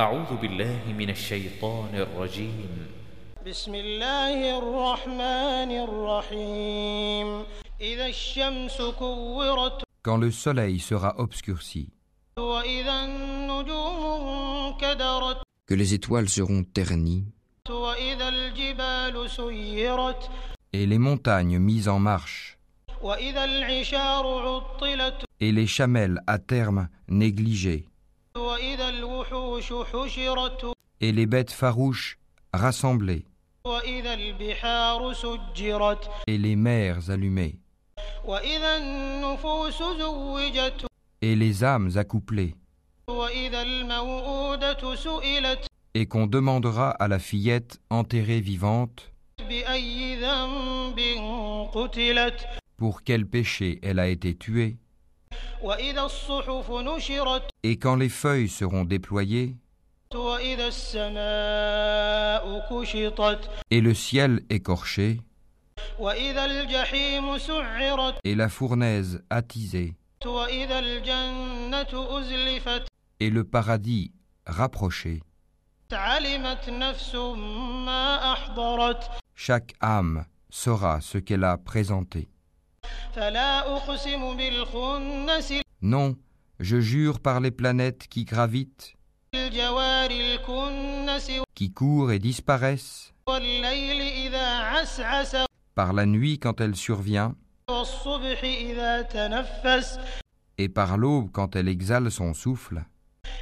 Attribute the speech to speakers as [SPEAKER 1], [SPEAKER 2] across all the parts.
[SPEAKER 1] أعوذ بالله من الشيطان الرجيم
[SPEAKER 2] بسم الله الرحمن الرحيم إذا الشمس كورت
[SPEAKER 3] quand le soleil sera obscurci,
[SPEAKER 2] وإذا النجوم انكدرت
[SPEAKER 4] que les étoiles seront ternies,
[SPEAKER 2] وإذا الجبال سيرت
[SPEAKER 3] et les montagnes mises en marche,
[SPEAKER 2] وإذا العشار عطلت
[SPEAKER 3] et les chamelles à terme négligées,
[SPEAKER 2] وإذا الوحوش حشرت
[SPEAKER 3] et les bêtes farouches rassemblées,
[SPEAKER 2] وإذا البحار سجرت
[SPEAKER 3] et les mers allumées,
[SPEAKER 2] وإذا النفوس زوجت
[SPEAKER 3] et les âmes accouplées,
[SPEAKER 2] وإذا الموءودة سئلت
[SPEAKER 3] et qu'on demandera à la fillette enterrée vivante
[SPEAKER 2] بأي ذنب قتلت
[SPEAKER 3] pour quel péché elle a été tuée,
[SPEAKER 2] وإذا الصحف نشرت
[SPEAKER 3] et quand les feuilles seront déployées,
[SPEAKER 2] وإذا السماء كشطت
[SPEAKER 3] et le ciel écorché,
[SPEAKER 2] وإذا الجحيم سعرت
[SPEAKER 3] et la fournaise attisée,
[SPEAKER 2] وإذا الجنة أزلفت
[SPEAKER 3] et le paradis rapproché,
[SPEAKER 2] علمت نفس ما أحضرت
[SPEAKER 3] chaque âme saura ce qu'elle a présenté.
[SPEAKER 2] فلا أقسم بالخنس
[SPEAKER 3] Non, je jure par les planètes qui gravitent,
[SPEAKER 2] الجوار الكنس
[SPEAKER 3] qui courent et disparaissent,
[SPEAKER 2] والليل إذا عسعس
[SPEAKER 3] par la nuit quand elle survient,
[SPEAKER 2] والصبح إذا تنفس
[SPEAKER 3] et par l'aube quand elle exhale son souffle,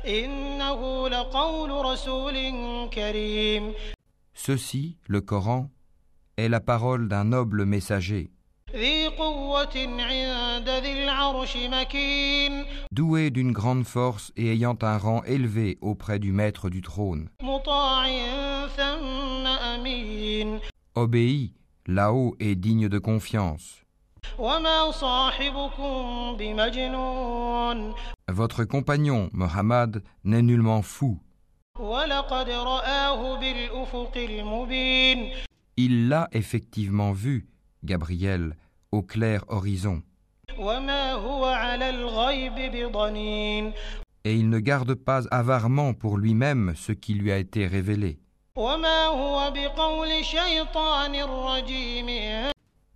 [SPEAKER 2] إنه لقول رسول كريم
[SPEAKER 3] ceci, le Coran, est la parole d'un noble messager,
[SPEAKER 2] ذي قوة عند ذي العرش مكين
[SPEAKER 3] doué d'une grande force et ayant un rang élevé auprès du maître du trône,
[SPEAKER 2] مطاع ثم أمين
[SPEAKER 3] obéi, là-haut et digne de confiance.
[SPEAKER 2] وما صاحبكم بمجنون
[SPEAKER 3] Votre compagnon, Mohammed, n'est nullement fou.
[SPEAKER 2] ولقد رآه بالأفق المبين
[SPEAKER 3] Il l'a effectivement vu, Gabriel, au clair horizon.
[SPEAKER 2] وما هو على الغيب بضنين
[SPEAKER 3] et il ne garde pas avarement pour lui-même ce qui lui a été révélé,
[SPEAKER 2] وما هو بقول شيطان رجيم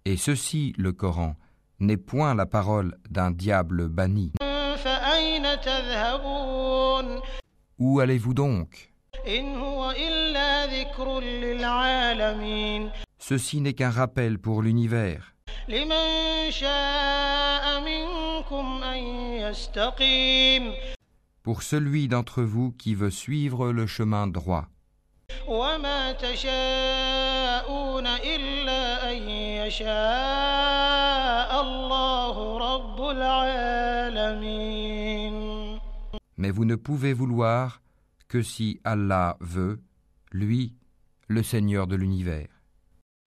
[SPEAKER 3] et ceci, le Coran, n'est point la parole d'un diable banni.
[SPEAKER 2] فأين تذهبون
[SPEAKER 3] Où allez-vous donc
[SPEAKER 2] إن هو إلا ذكر للعالمين
[SPEAKER 3] Ceci n'est qu'un rappel pour l'univers.
[SPEAKER 2] لمن شاء منكم أن يستقيم
[SPEAKER 3] Pour celui d'entre vous qui veut suivre le chemin droit,
[SPEAKER 2] وما تشاءون إلا أن يشاء الله رب العالمين
[SPEAKER 3] mais vous ne pouvez vouloir que si Allah veut, lui, le Seigneur de l'univers.